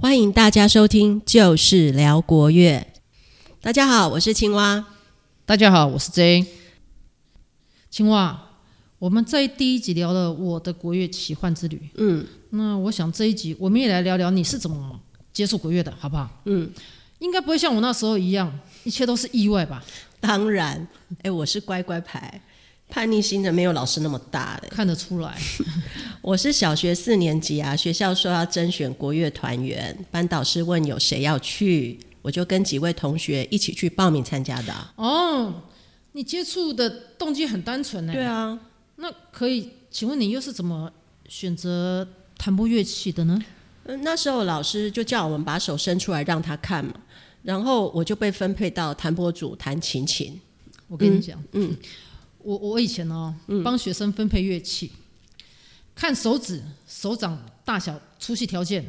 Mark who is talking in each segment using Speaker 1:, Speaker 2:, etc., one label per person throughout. Speaker 1: 欢迎大家收听《就是聊国乐》。大家好，我是青蛙。
Speaker 2: 大家好，我是 J。青蛙，我们在第一集聊了我的国乐奇幻之旅，
Speaker 1: 嗯
Speaker 2: 那我想这一集我们也来聊聊你是怎么接触国乐的，好不好？
Speaker 1: 嗯，
Speaker 2: 应该不会像我那时候一样，一切都是意外 吧？
Speaker 1: 当然，哎，我是乖乖牌，叛逆心的没有老师那么大的。
Speaker 2: 看得出来，
Speaker 1: 我是小学四年级啊，学校说要甄选国乐团员，班导师问有谁要去，我就跟几位同学一起去报名参加的啊、
Speaker 2: 哦，你接触的动机很单纯呢。
Speaker 1: 对啊，
Speaker 2: 那可以，请问你又是怎么选择弹拨乐器的呢？
Speaker 1: 嗯，那时候老师就叫我们把手伸出来让他看嘛，然后我就被分配到弹拨组弹琴琴。
Speaker 2: 我跟你讲，嗯，我我以前哦，帮学生分配乐器，看手指手掌大小、粗细条件，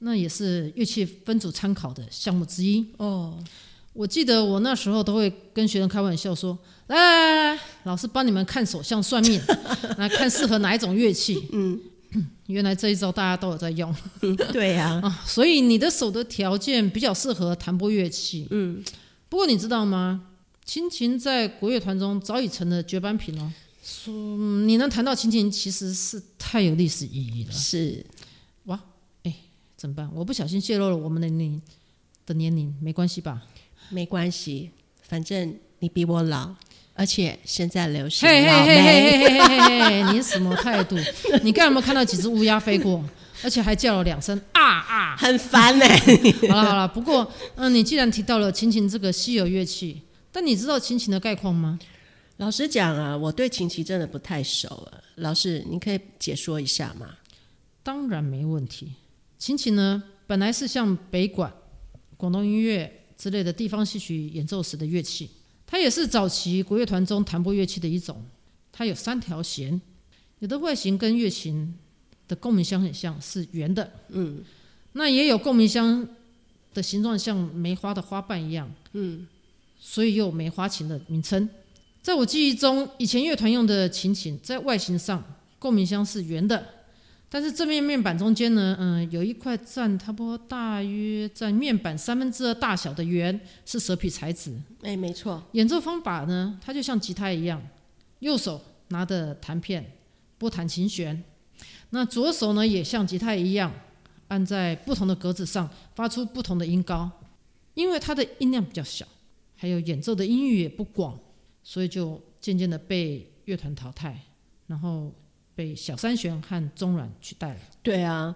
Speaker 2: 那也是乐器分组参考的项目之一。
Speaker 1: 哦，
Speaker 2: 我记得我那时候都会跟学生开玩笑说：“来来来来，老师帮你们看手相算 命，来看适合哪一种乐器。”嗯。 原来这一招大家都有在用
Speaker 1: 嗯对呀、
Speaker 2: 啊，所以你的手的条件比较适合弹拨乐器。嗯，不过你知道吗？琴琴在国乐团中早已成了绝版品哦。说嗯你能弹到琴琴，其实是太有历史意义了。
Speaker 1: 是
Speaker 2: 怎么办？我不小心泄露了我们的年龄的年龄，没关系吧？
Speaker 1: 没关系，反正你比我老，而且现在流行
Speaker 2: 嘿嘿
Speaker 1: 老
Speaker 2: 嘿
Speaker 1: 妹。
Speaker 2: 嘿嘿嘿嘿嘿！你什么态度？你刚有没有看到几只乌鸦飞过？而且还叫了两声啊啊！
Speaker 1: 很烦呢、
Speaker 2: 好了好了，不过嗯、你既然提到了琴琴这个稀有乐器，但你知道琴琴的概况吗？
Speaker 1: 老实讲啊，我对琴棋真的不太熟啊。老师，你可以解说一下吗？
Speaker 2: 当然没问题。琴琴呢，本来是像北管、广东音乐之类的地方戏曲演奏时的乐器，它也是早期国乐团中弹拨乐器的一种。它有三条弦，有的外形跟乐琴的共鸣箱很像，是圆的。嗯，那也有共鸣箱的形状像梅花的花瓣一样。嗯，所以又有梅花琴的名称。在我记忆中，以前乐团用的琴琴在外形上共鸣箱是圆的，但是正面面板中间呢，嗯，有一块占差不多大约占面板三分之二大小的圆，是蛇皮材质。
Speaker 1: 哎、没错，
Speaker 2: 演奏方法呢，它就像吉他一样，右手拿着弹片拨弹琴弦，那左手呢也像吉他一样按在不同的格子上，发出不同的音高。因为它的音量比较小，还有演奏的音域也不广，所以就渐渐的被乐团淘汰，然后被小三弦和中阮取代了。
Speaker 1: 对啊，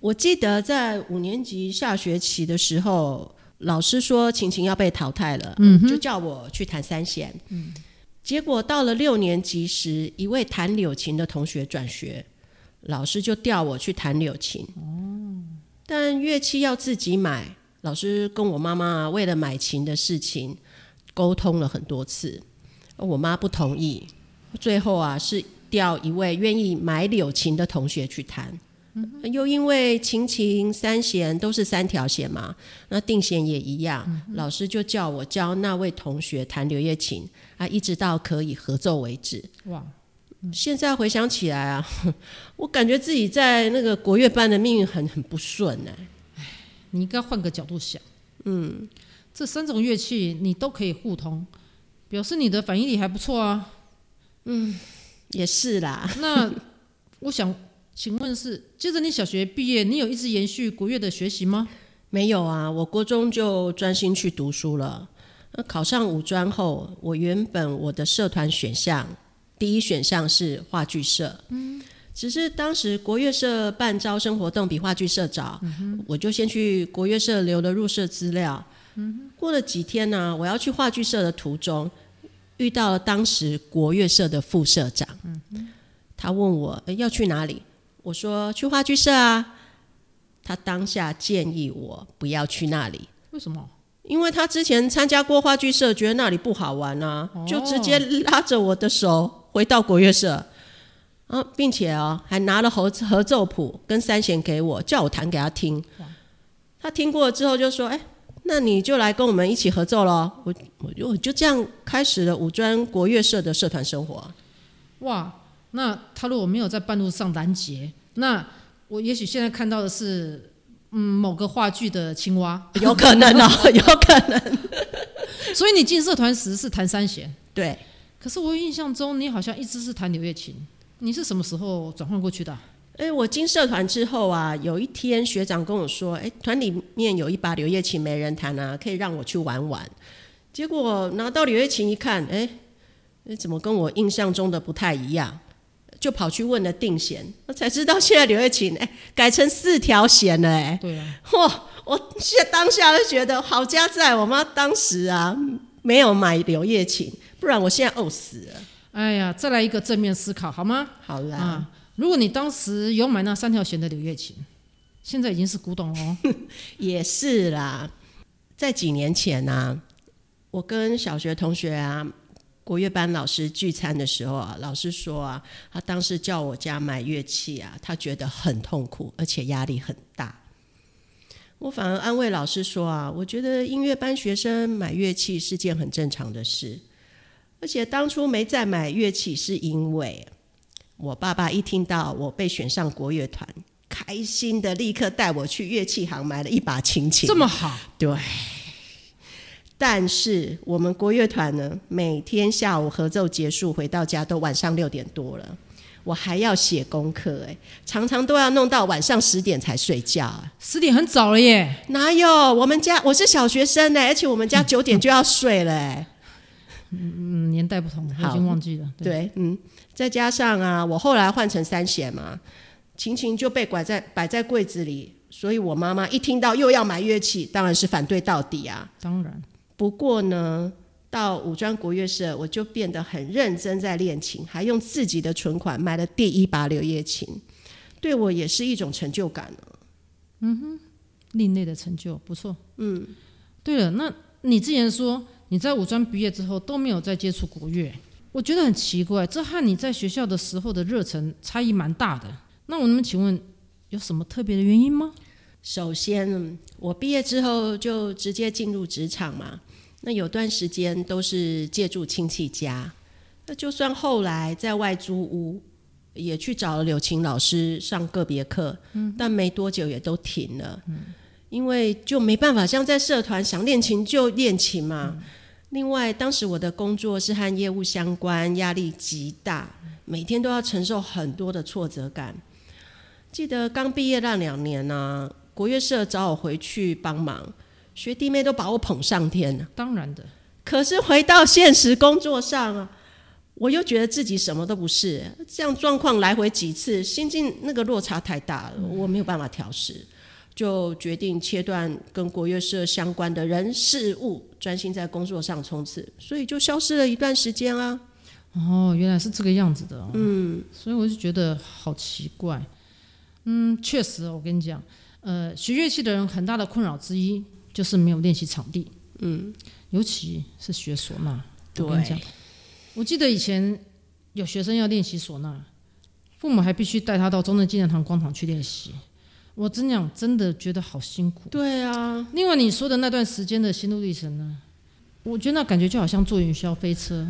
Speaker 1: 我记得在五年级下学期的时候，老师说琴琴要被淘汰了，
Speaker 2: 嗯
Speaker 1: 就叫我去弹三弦。嗯，结果到了六年级时，一位弹柳琴的同学转学，老师就调我去弹柳琴。哦，但乐器要自己买，老师跟我妈妈为了买琴的事情沟通了很多次，我妈不同意，最后啊是调一位愿意买柳琴的同学去弹。又因为琴琴三弦都是三条弦嘛，那定弦也一样，老师就叫我教那位同学弹柳叶琴啊，一直到可以合奏为止。
Speaker 2: 哇，
Speaker 1: 现在回想起来啊， 我感觉自己在那个国乐班的命运很很不顺哎、
Speaker 2: 你应该换个角度想，嗯，这三种乐器你都可以互通，表示你的反应力还不错啊。
Speaker 1: 也是啦，
Speaker 2: 那我想请问是，接着你小学毕业，你有一直延续国乐的学习吗？
Speaker 1: 没有啊，我国中就专心去读书了。那考上五专后，我原本我的社团选项第一选项是话剧社，嗯，只是当时国乐社办招生活动比话剧社早，我就先去国乐社留了入社资料。过了几天呢、我要去话剧社的途中，遇到了当时国乐社的副社长，他问我、诶要去哪里，我说去话剧社啊。他当下建议我不要去那里，
Speaker 2: 为什么？
Speaker 1: 因为他之前参加过话剧社，觉得那里不好玩啊，就直接拉着我的手回到国乐社啊，并且哦还拿了合合奏谱跟三弦给我，叫我弹给他听。他听过之后就说：“哎，那你就来跟我们一起合奏咯。我我就我就这样开始了五专国乐社的社团生活。
Speaker 2: 哇，那他如果没有在半路上拦截，那我也许现在看到的是嗯某个话剧的青蛙，
Speaker 1: 有可能哦，有可能。
Speaker 2: 所以你进社团时是弹三弦，
Speaker 1: 对，
Speaker 2: 可是我印象中你好像一直是弹柳叶琴，你是什么时候转换过去的啊、
Speaker 1: 哎，我进社团之后啊，有一天学长跟我说，哎，团里面有一把柳叶琴没人弹啊，可以让我去玩玩。结果拿到柳叶琴一看，哎，哎怎么跟我印象中的不太一样？就跑去问了定弦，哎我才知道现在柳叶琴哎改成四条弦了哎，
Speaker 2: 对啊，
Speaker 1: 哇！我现当下就觉得好家在我妈当时啊没有买柳叶琴，不然我现在呕死了。
Speaker 2: 哎呀，再来一个正面思考好吗？
Speaker 1: 好啦，
Speaker 2: 啊，如果你当时有买那三条弦的柳叶琴，现在已经是古董了 哦。
Speaker 1: 也是啦，在几年前啊，我跟小学同学啊，国乐班老师聚餐的时候啊，老师说啊，他当时叫我家买乐器啊，他觉得很痛苦，而且压力很大。我反而安慰老师说啊，我觉得音乐班学生买乐器是件很正常的事，而且当初没再买乐器是因为我爸爸一听到我被选上国乐团，开心的立刻带我去乐器行买了一把琴琴。
Speaker 2: 这么好，
Speaker 1: 对。但是我们国乐团呢，每天下午合奏结束回到家都晚上六点多了，我还要写功课，哎，常常都要弄到晚上十点才睡觉、啊。
Speaker 2: 十点很早了耶。
Speaker 1: 哪有？我们家我是小学生呢，哎而且我们家九点就要睡了，哎。
Speaker 2: 嗯，年代不同，我已
Speaker 1: 好
Speaker 2: 经忘记了。，
Speaker 1: 对，嗯，再加上啊，我后来换成三弦嘛，琴琴就被拐在摆在柜子里，所以我妈妈一听到又要买乐器，当然是反对到底啊。
Speaker 2: 当然，
Speaker 1: 不过呢，到武装国乐社，我就变得很认真在练琴，还用自己的存款买了第一把柳叶琴，对我也是一种成就感哦
Speaker 2: 另类的成就不错。嗯，对了，那你之前说你在五专毕业之后都没有再接触国乐，我觉得很奇怪，这和你在学校的时候的热忱差异蛮大的。那我们请问有什么特别的原因吗？
Speaker 1: 首先，嗯我毕业之后就直接进入职场嘛，那有段时间都是借住亲戚家，那就算后来在外租屋，也去找了柳琴老师上个别课，但没多久也都停了，因为就没办法像在社团想练琴就练琴嘛。另外，当时我的工作是和业务相关，压力极大，每天都要承受很多的挫折感。记得刚毕业那两年啊呢、国乐社找我回去帮忙，学弟妹都把我捧上天了。
Speaker 2: 当然的，
Speaker 1: 可是回到现实工作上啊，我又觉得自己什么都不是，这样状况来回几次，心境那个落差太大了，我没有办法调试，就决定切断跟国乐社相关的人事物，专心在工作上冲刺，所以就消失了一段时间啊。
Speaker 2: 哦，原来是这个样子的、哦。嗯，所以我就觉得好奇怪。嗯，确实哦，我跟你讲，呃，学乐器的人很大的困扰之一就是没有练习场地。嗯，尤其是学唢呐。我跟你
Speaker 1: 啊
Speaker 2: 讲，我记得以前有学生要练习唢呐，父母还必须带他到中正纪念堂广场去练习。我真讲真的觉得好辛苦。
Speaker 1: 对啊，
Speaker 2: 另外你说的那段时间的心路历程呢，我觉得那感觉就好像坐云霄飞车，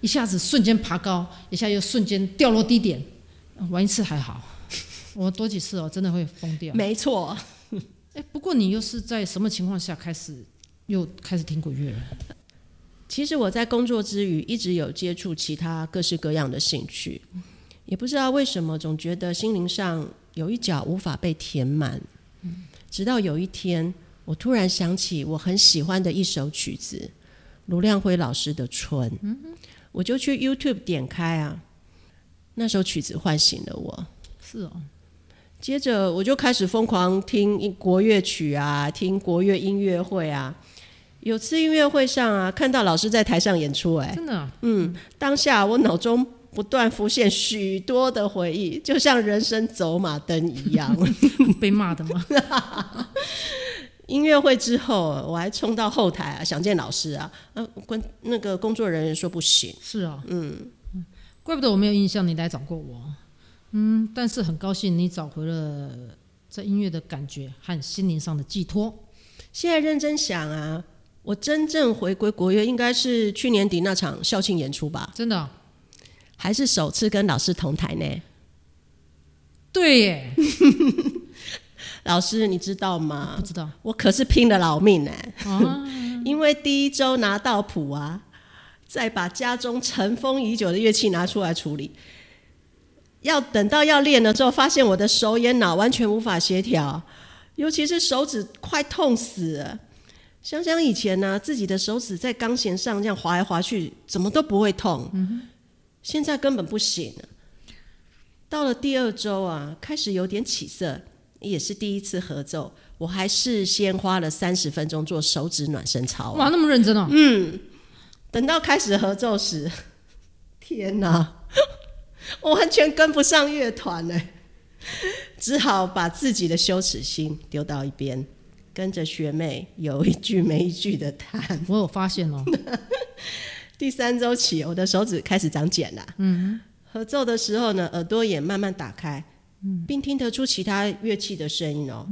Speaker 2: 一下子瞬间爬高，一下又瞬间掉落低点，呃玩一次还好， 我多几次哦，真的会疯掉。
Speaker 1: 没错。
Speaker 2: 哎，不过你又是在什么情况下开始又开始听国乐了？
Speaker 1: 其实我在工作之余一直有接触其他各式各样的兴趣，也不知道为什么，总觉得心灵上有一角无法被填满。直到有一天，我突然想起我很喜欢的一首曲子，卢亮辉老师的《春》，我就去 YouTube 点开啊，那首曲子唤醒了我。
Speaker 2: 是哦，
Speaker 1: 接着我就开始疯狂听国乐曲啊，听国乐音乐会啊。有次音乐会上啊，看到老师在台上演出、哎，
Speaker 2: 真的啊、
Speaker 1: 当下我脑中不断浮现许多的回忆，就像人生走马灯一样。
Speaker 2: 被骂的吗？
Speaker 1: 音乐会之后，我还冲到后台啊，想见老师啊。嗯、工那个工作人员说不行。
Speaker 2: 是哦，嗯，怪不得我没有印象你来找过我。嗯，但是很高兴你找回了在音乐的感觉和心灵上的寄托。
Speaker 1: 现在认真想啊，我真正回归国乐应该是去年底那场校庆演出吧，
Speaker 2: 真的啊、
Speaker 1: 还是首次跟老师同台呢。
Speaker 2: 对耶，
Speaker 1: 老师，你知道吗
Speaker 2: 不？知道
Speaker 1: 我可是拼了老命哎、
Speaker 2: 啊，
Speaker 1: 因为第一周拿到谱啊，再把家中尘封已久的乐器拿出来处理，要等到要练了之后，发现我的手眼脑完全无法协调，尤其是手指快痛死了。想想以前呢、自己的手指在钢弦上这样划来划去，怎么都不会痛，现在根本不行了。到了第二周啊，开始有点起色，也是第一次合奏，我还事先花了三十分钟做手指暖身操啊、
Speaker 2: 哇，那么认真哦，
Speaker 1: 等到开始合奏时， 天哪，我完全跟不上乐团呢，只好把自己的羞耻心丢到一边，跟着学妹有一句没一句的弹。
Speaker 2: 我有发现哦，
Speaker 1: 第三周起，我的手指开始长茧了。嗯，合奏的时候呢，耳朵也慢慢打开，并听得出其他乐器的声音哦。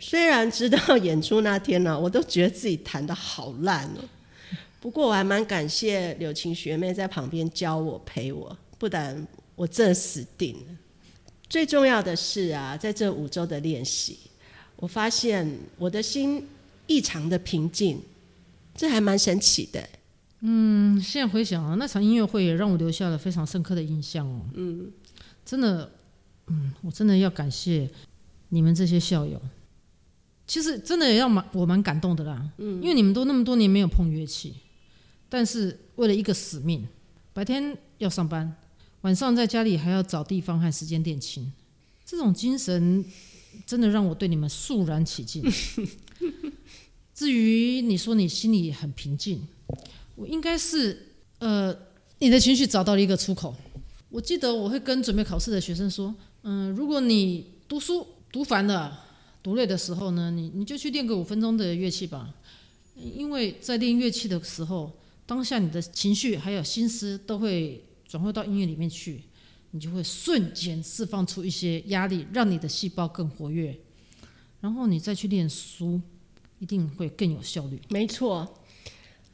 Speaker 1: 虽然直到演出那天呢、 我都觉得自己弹的好烂哦。不过我还蛮感谢柳琴学妹在旁边教我陪我，不然我真的死定了。最重要的是啊，在这五周的练习，我发现我的心异常的平静，这还蛮神奇的。
Speaker 2: 嗯，现在回想啊，那场音乐会也让我留下了非常深刻的印象哦。嗯，真的，嗯，我真的要感谢你们这些校友。其实真的也要蛮我蛮感动的啦，嗯，因为你们都那么多年没有碰乐器，但是为了一个使命，白天要上班，晚上在家里还要找地方和时间练琴，这种精神真的让我对你们肃然起 敬。至于你说你心里很平静，我应该是呃，你的情绪找到了一个出口。我记得我会跟准备考试的学生说，嗯、如果你读书读烦了、读累的时候呢，你你就去练个五分钟的乐器吧，因为在练乐器的时候，当下你的情绪还有心思都会转换到音乐里面去，你就会瞬间释放出一些压力，让你的细胞更活跃，然后你再去练书，一定会更有效率。
Speaker 1: 没错。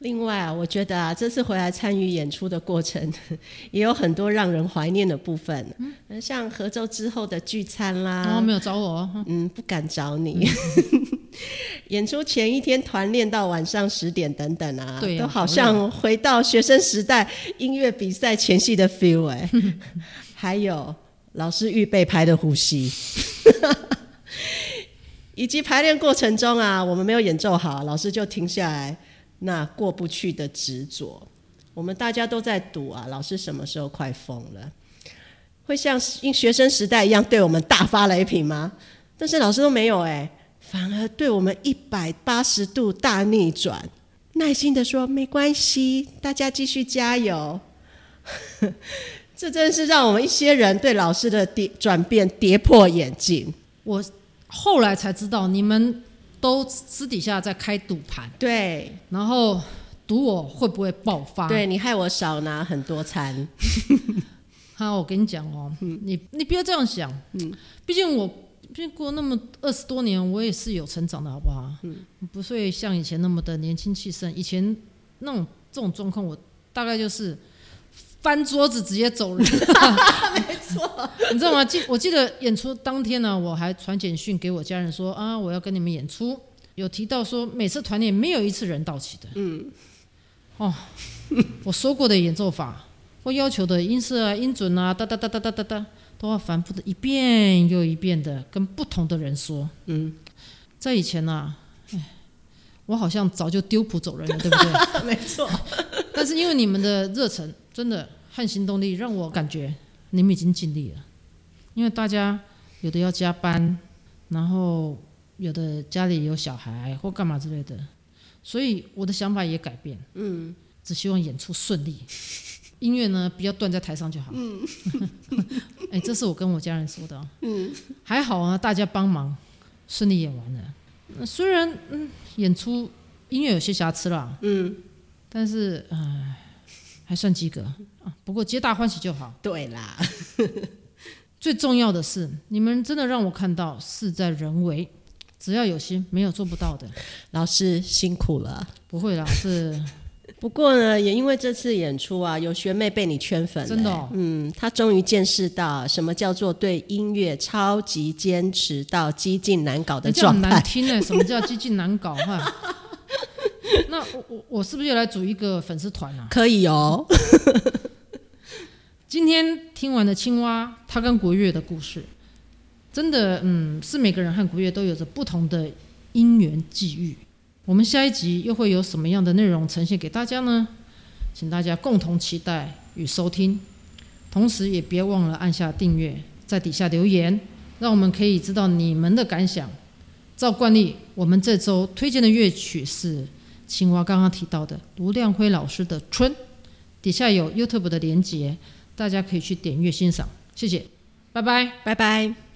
Speaker 1: 另外啊，我觉得啊，这次回来参与演出的过程， 也有很多让人怀念的部分，嗯、像合奏之后的聚餐啦，
Speaker 2: 然后没有找我哦，
Speaker 1: 嗯，不敢找你。
Speaker 2: 嗯
Speaker 1: 演出前一天团练到晚上十点等等啊，
Speaker 2: 对啊
Speaker 1: 都好
Speaker 2: 好累
Speaker 1: 像回到学生时代音乐比赛前戏的 feel 哎、还有老师预备拍的呼吸， 以及排练过程中啊，我们没有演奏好，老师就停下来，那过不去的执着，我们大家都在赌啊，老师什么时候快疯了？会像学生时代一样对我们大发雷霆吗？但是老师都没有哎、反而对我们一百八十度大逆转，耐心的说没关系，大家继续加油。 这真是让我们一些人对老师的跌转变跌破眼镜。
Speaker 2: 我后来才知道，你们都私底下在开赌盘，
Speaker 1: 对，
Speaker 2: 然后赌我会不会爆发。，
Speaker 1: 对你害我少拿很多餐，
Speaker 2: 哈，我跟你讲哦，你你不要这样想，嗯，毕竟我毕竟过那么二十多年，我也是有成长的，好不好？嗯，不会像以前那么的年轻气盛。以前那种这种状况，我大概就是翻桌子直接走 人。
Speaker 1: 没错，
Speaker 2: 你知道吗？记我记得演出当天呢、我还传简讯给我家人说啊，我要跟你们演出，有提到说每次团练没有一次人到齐的。嗯，哦，我说过的演奏法或要求的音色啊、音准啊，哒哒哒哒哒哒哒，都要反复的一遍又一遍的跟不同的人说。嗯，在以前呢、啊，哎，我好像早就丢谱走人了，对不 对？
Speaker 1: 没错，
Speaker 2: 但是因为你们的热忱，真的和行动力，让我感觉你们已经尽力了。因为大家有的要加班，然后有的家里有小孩或干嘛之类的，所以我的想法也改变。嗯，只希望演出顺利，音乐呢不要断在台上就好。嗯， 哎，这是我跟我家人说的、哦。嗯，还好啊，大家帮忙，顺利演完了。呃虽然嗯，演出音乐有些瑕疵啦，但是唉，还算及格啊。不过皆大欢喜就好。
Speaker 1: 对啦，
Speaker 2: 最重要的是，你们真的让我看到事在人为，只要有心，没有做不到的。
Speaker 1: 老师辛苦了。
Speaker 2: 不会啦，是
Speaker 1: 不过呢，也因为这次演出啊，有学妹被你圈粉、
Speaker 2: 真的哦
Speaker 1: 欸嗯，她终于见识到什么叫做对音乐超级坚持到激进难搞的
Speaker 2: 你这样
Speaker 1: 状
Speaker 2: 很难
Speaker 1: 态。
Speaker 2: 听呢、什么叫激进难搞哈、 那我我我是不是也来组一个粉丝团啊？
Speaker 1: 可以 哦，
Speaker 2: 今天听完了青蛙，它跟国乐的故事，真的，嗯，是每个人和国乐都有着不同的因缘际遇。我们下一集又会有什么样的内容呈现给大家呢？请大家共同期待与收听，同时也别忘了按下订阅，在底下留言，让我们可以知道你们的感想。照惯例，我们这周推荐的乐曲是青蛙刚刚提到的卢亮辉老师的《春》，底下有 YouTube 的连结。大家可以去点阅欣赏。谢谢，拜拜。
Speaker 1: 拜拜。